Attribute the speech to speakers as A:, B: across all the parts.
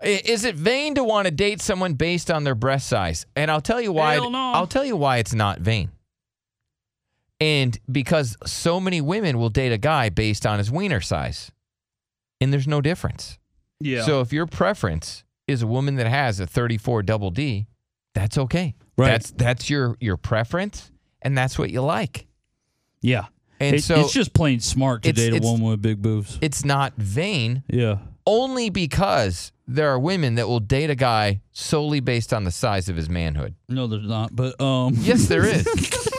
A: I- Is it vain to want to date someone based on their breast size? And I'll tell you why.
B: Hell no.
A: I'll tell you why it's not vain. And because so many women will date a guy based on his wiener size, and there's no difference.
B: Yeah.
A: So if your preference is a woman that has a 34 double D, that's okay.
B: Right.
A: That's that's your your preference, and that's what you like.
B: yeah.
A: And
B: It-
A: so
B: it's just plain smart to
A: it's-
B: date a
A: it's-
B: woman with big boobs.
A: it's not vain
B: Yeah.
A: only because there are women that will date a guy solely based on the size of his manhood.
B: No, there's not. But um,
A: Yes, there is.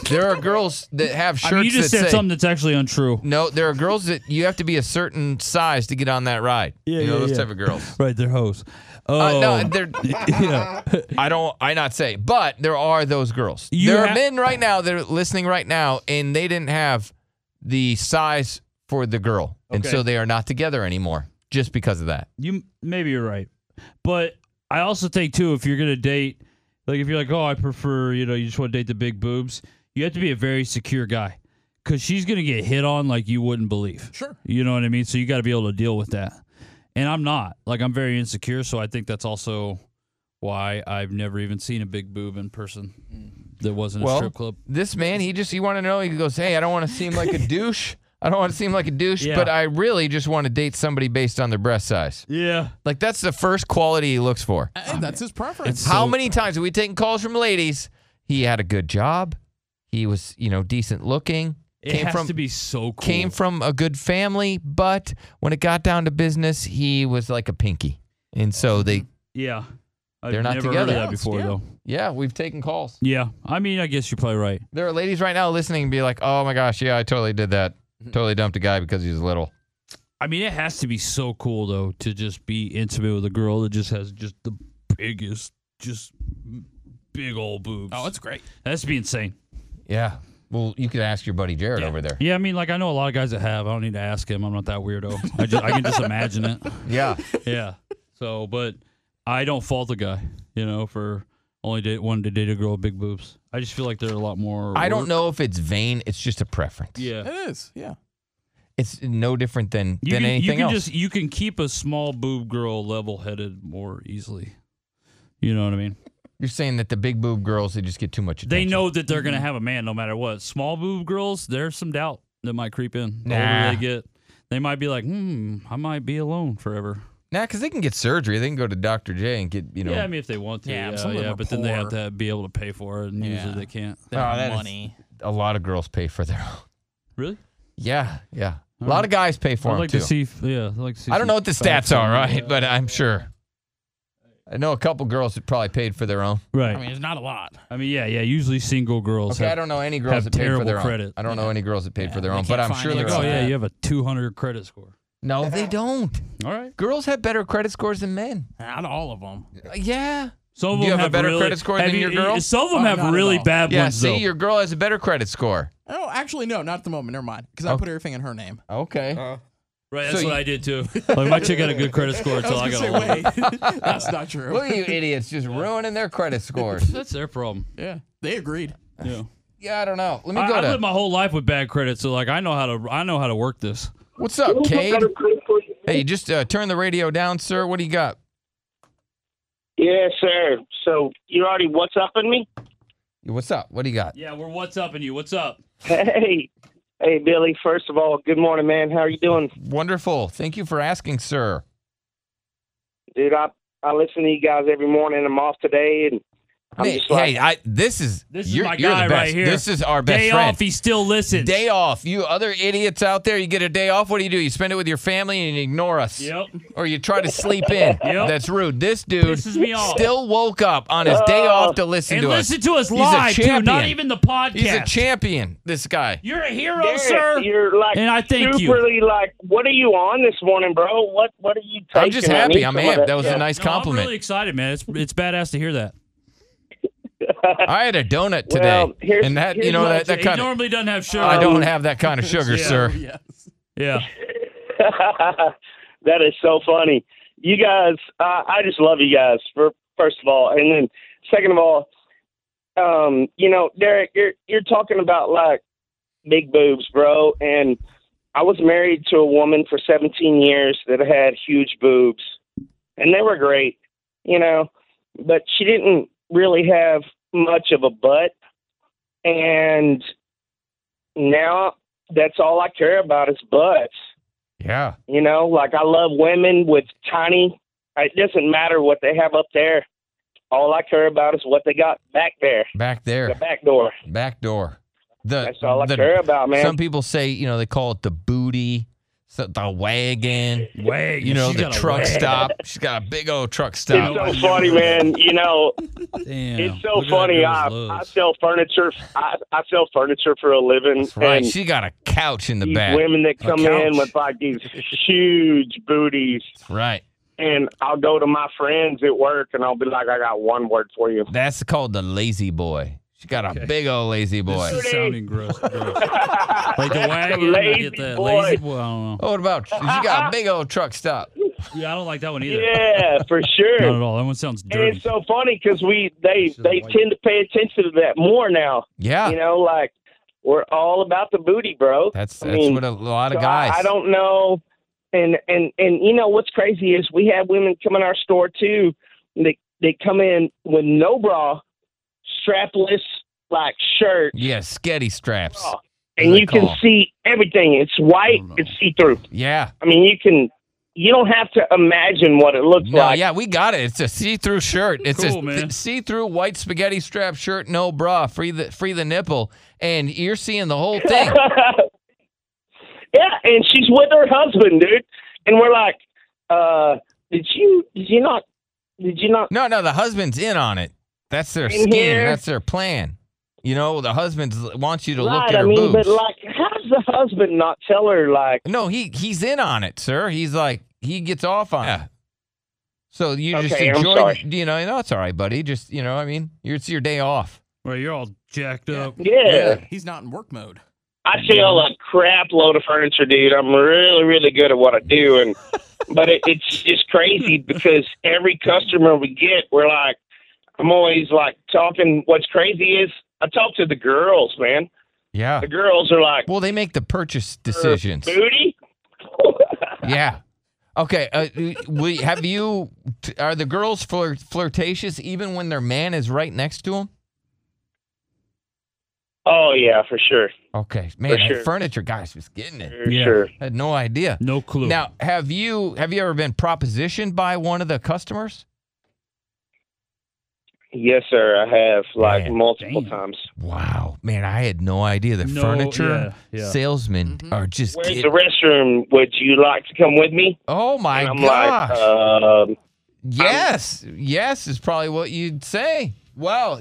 A: there are girls that have
B: I
A: shirts
B: mean, you just
A: that
B: said
A: say,
B: something that's actually untrue.
A: no, there are girls that you have to be a certain size to get on that ride.
B: Yeah,
A: you know
B: yeah,
A: those
B: yeah.
A: type of girls.
B: Right, they're hoes. Oh,
A: Uh, no, they're,
B: yeah.
A: I don't. I not say, but there are those girls.
B: You
A: there are
B: ha-
A: men right now that are listening right now, and they didn't have the size for the girl, and
B: Okay.
A: so they are not together anymore just because of that.
B: You maybe you're right, but I also think too if you're gonna date, like if you're like, oh, I prefer, you know, you just want to date the big boobs. You have to be a very secure guy, because she's gonna get hit on like you wouldn't believe.
A: Sure.
B: You know what I mean? So you got to be able to deal with that. And I'm not like I'm very insecure, so I think that's also why I've never even seen a big boob in person. That wasn't a
A: Well,
B: strip club.
A: This man, he just he wanted to know. He goes, "Hey, I don't want to seem like a douche. I don't want to seem like a douche,
B: Yeah.
A: but I really just want to date somebody based on their breast size.
B: Yeah.
A: Like that's the first quality he looks for.
C: And that's his preference.
A: How
B: So-
A: many times have we taken calls from ladies? He had a good job. He was, you know, decent looking.
B: It has to be so cool.
A: came from a good family, but when it got down to business, he was like a pinky. And so they,
B: yeah. I've
A: They're not
B: never
A: together.
B: heard of that before
C: Yeah.
B: though.
A: yeah, we've taken calls.
B: Yeah. I mean, I guess you're probably right.
A: There are ladies right now listening and be like, oh my gosh, yeah, I totally did that.
B: Mm-hmm.
A: Totally dumped a guy because he was little.
B: I mean, it has to be so cool though to just be intimate with a girl that just has just the biggest, just big old boobs.
C: Oh, it's great.
B: that has to be insane.
A: Yeah. Well, you could ask your buddy Jared over there.
B: Yeah, I mean, like I know a lot of guys that have. I don't need to ask him. I'm not that weirdo. I just I can just imagine it.
A: Yeah.
B: Yeah. So, but I don't fault the guy, you know, for only date, wanting to date a girl with big boobs. I just feel like they're a lot more.
A: I don't
B: work-
A: know if it's vain. It's just a preference.
B: Yeah.
C: It is. Yeah.
A: It's no different than,
B: You
A: than
B: can,
A: anything
B: you can
A: else.
B: just you can keep a small boob girl level headed more easily. You know what I mean?
A: You're saying that the big boob girls, they just get too much
B: They
A: attention.
B: know that they're
A: Mm-hmm.
B: gonna have a man no matter what. Small boob girls, there's some doubt that might creep in. The older
A: Nah.
B: they get, they might be like, hmm, I might be alone forever.
A: Nah, because they can get surgery. They can go to Dr. J and get, you know.
B: yeah, I mean if they want to,
C: Yeah,
B: yeah,
C: some of
B: yeah,
C: them are
B: but then they have
C: poor.
B: to be able to pay for it, and
C: Yeah.
B: usually they can't.
C: They
A: Oh,
C: have
A: that is-
C: money.
A: a lot of girls pay for their own.
B: Really?
A: Yeah, yeah. A lot of guys pay for
B: I'd
A: them
B: like
A: too.
B: to see. if- Yeah, I'd like to see.
A: I don't
B: some
A: know what the
B: facts
A: stats are,
B: on that.
A: right? But I'm sure. I know a couple girls that probably paid for their own.
B: Right.
C: I mean, it's not a lot.
B: yeah, yeah. Usually single girls.
A: Okay,
B: have,
A: I don't know any girls
B: have
A: that paid for
B: terrible
A: their own.
B: credit.
A: I don't know any girls that paid for their
C: they
A: own, but
C: can't
A: I'm
C: find
A: sure
C: any
A: there's.
B: Oh
C: girls.
A: some-
B: yeah,
C: that.
B: you have a 200 credit score.
A: No, they don't.
B: All right.
A: Girls have better credit scores than men.
C: Not all of them.
A: Uh, Yeah.
B: Some of
A: Do you
B: them
A: have a better
B: really-
A: credit score
B: have
A: than
B: you-
A: your girl?
B: Some of
C: Oh,
B: them
C: not
B: have
C: at
B: really
C: all.
B: bad
A: Yeah.
B: ones
A: See,
B: though.
A: your girl has a better credit score.
C: Oh, actually, no, not at the moment. Never mind. Because I
A: Okay.
C: put everything in her name.
A: Okay.
B: Uh. Right,
A: So
B: that's
A: you-
B: what I did too. Like my chick had a good credit score until I,
C: I was
B: got
C: gonna
B: a loan.
C: say, wait. That's not true.
A: Look at you idiots just ruining their credit scores.
B: That's their problem.
C: Yeah. They agreed.
B: Yeah.
A: Yeah, I don't know. Let me
B: I,
A: go
B: I
A: to
B: lived my whole life with bad credit, so like I know how to I know how to work this.
A: what's up, Cade? Hey, just uh, turn the radio down, sir. What do you got?
D: Yes, sir. So you already what's up in me?
A: What's up? What do you got?
B: Yeah, we're what's up in you. What's up?
D: Hey, hey, Billy. First of all, good morning, man. How are you doing,
A: Wonderful. Thank you for asking, sir.
D: dude? I I listen to you guys every morning. I'm off today, and I'm
A: Hey,
D: just like,
A: hey, I, this is
B: This is
A: you're-
B: my
A: you're the
B: guy
A: best.
B: right here.
A: This is our best
B: Day
A: friend.
B: off, he still listens.
A: day off. You other idiots out there, you get a day off. What do you do? You spend it with your family and you ignore us,
B: Yep.
A: or you try to sleep in.
B: Yep.
A: That's rude. This dude
B: Pisses me off. Uh,
A: still woke up on his day off to listen
B: and
A: to
B: listen
A: us.
B: to us
A: He's a
B: live too, not
A: champion.
B: even the podcast.
A: He's a champion. This guy.
B: You're a hero,
D: Derek,
B: sir.
D: you're like
B: And I thank you.
D: superly like, what are you on this morning, bro? What what are you taking?
A: I'm just
D: I need
A: happy. I'm
D: some of
A: amped. That was
D: yeah.
A: a nice
B: No,
A: compliment.
B: I'm really excited, man. It's it's badass to hear that.
A: I had a donut today,
D: Well, here's-
A: and that you
D: here's
A: know
D: my
A: that, that
B: he
A: kind of.
B: normally doesn't have sugar.
A: I don't have that kind of sugar,
B: Yeah.
A: sir.
C: Yes.
B: Yeah.
D: that is so funny. You guys, uh, I just love you guys. For first of all, and then second of all, um, you know, Derek, you're you're talking about like big boobs, bro. And I was married to a woman for 17 years that had huge boobs, and they were great, you know, but she didn't really have much of a butt. And now that's all I care about is butts.
A: Yeah.
D: You know, like I love women with tiny. It doesn't matter what they have up there. All I care about is what they got back there,
A: Back
D: the
A: there.
D: back door.
A: Back door. The,
D: That's all I
A: the-
D: care about, man.
A: Some people say, you know, they call it the booty, so- the wagon,
B: Wag,
A: you know,
B: she's
A: the
B: got a
A: truck
B: wag.
A: stop. She's got a big old truck
D: it's
A: stop.
D: so funny, man. You know,
B: Damn,
D: it's so
B: look at that
D: funny.
B: girl's
D: I, I
B: looks.
D: sell furniture. I, I sell furniture for a living.
A: That's right.
D: and
A: She got a couch in the
D: these
A: back.
D: women that
A: A
D: come in
A: couch.
D: with like these huge booties,
A: Right.
D: and I'll go to my friends at work, and I'll be like, "I got one word for you."
A: That's called the lazy boy. She got a
B: Okay.
A: big old lazy boy.
B: This is sounding gross. gross. Like the
D: That's
B: wagon, I
D: lazy
B: get that.
D: boy.
B: Lazy boy, I don't know.
A: Oh, what about? She got a big old truck stop.
B: Yeah, I don't like that one either.
D: Yeah, for sure.
B: Not at all. That one sounds
D: And
B: dirty.
D: it's so funny because we they they tend to pay attention to that more now.
A: Yeah.
D: You know, like we're all about the booty, bro.
A: That's
D: I
A: that's
D: mean,
A: what a lot of
D: So I-
A: guys.
D: I, don't know. And and and you know what's crazy is we have women come in our store too. They they come in with no bra, strapless like shirt,
A: Yeah, sketty straps.
D: Oh, and
A: Good
D: you can
A: call.
D: see everything. It's white.
B: Oh, no.
D: It's see through.
A: Yeah.
D: I mean, you can. You don't have to imagine what it looks
A: No,
D: like.
A: yeah, we got it. It's a see-through shirt. It's
B: Cool,
A: a
B: man.
A: th- see-through white spaghetti strap shirt, no bra, free the free the nipple, and you're seeing the whole thing.
D: yeah, and she's with her husband, dude. And we're like, uh, did you did you not did you not
A: No, no, the husband's in on it. That's their
D: In
A: scheme.
D: here.
A: That's their plan. You know, the husband wants you to look
D: right?
A: at
D: I
A: her
D: mean,
A: boobs.
D: but like, how does the husband not tell her like
A: no, he he's in on it, sir. He's like he gets off on it. So you just
D: Okay, I'm
A: enjoy,
D: sorry.
A: you know. No, it's all right, buddy. Just you know, I mean, you're, it's your day off.
B: Well, you're all jacked up.
D: yeah,
C: He's not in work mode.
D: I sell a crap load of furniture, dude. I'm really, really good at what I do, and but it, it's just crazy because every customer we get, we're like, I'm always like talking. What's crazy is I talk to the girls, man.
A: Yeah.
D: The girls are like
A: Well, they make the purchase
D: Uh,
A: decisions.
D: booty.
A: Yeah. Okay. Uh, we, have you? t- Are the girls flir- flirtatious even when their man is right next to them?
D: oh yeah, for sure,
A: Okay, man, that
D: sure.
A: furniture guy's was getting it.
D: for
B: Yeah.
D: sure.
A: I had no idea.
B: No clue.
A: Now, have you have you ever been propositioned by one of the customers?
D: Yes, sir. I have like
A: Man,
D: multiple
B: damn.
D: times.
A: Wow, man, I had no idea. The
B: No,
A: furniture
B: yeah, yeah.
A: salesmen
C: Mhm.
A: are just.
D: Mm-hmm. Where's
A: get-
D: the restroom? Would you like to come with me?
A: oh my
D: and I'm
A: gosh!
D: like, um,
A: yes, yes is probably what you'd say. Wow,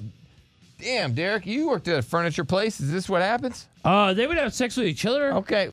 A: damn, Derek, you worked at a furniture place. Is this what happens?
B: Uh, they would have sex with each other.
A: Okay,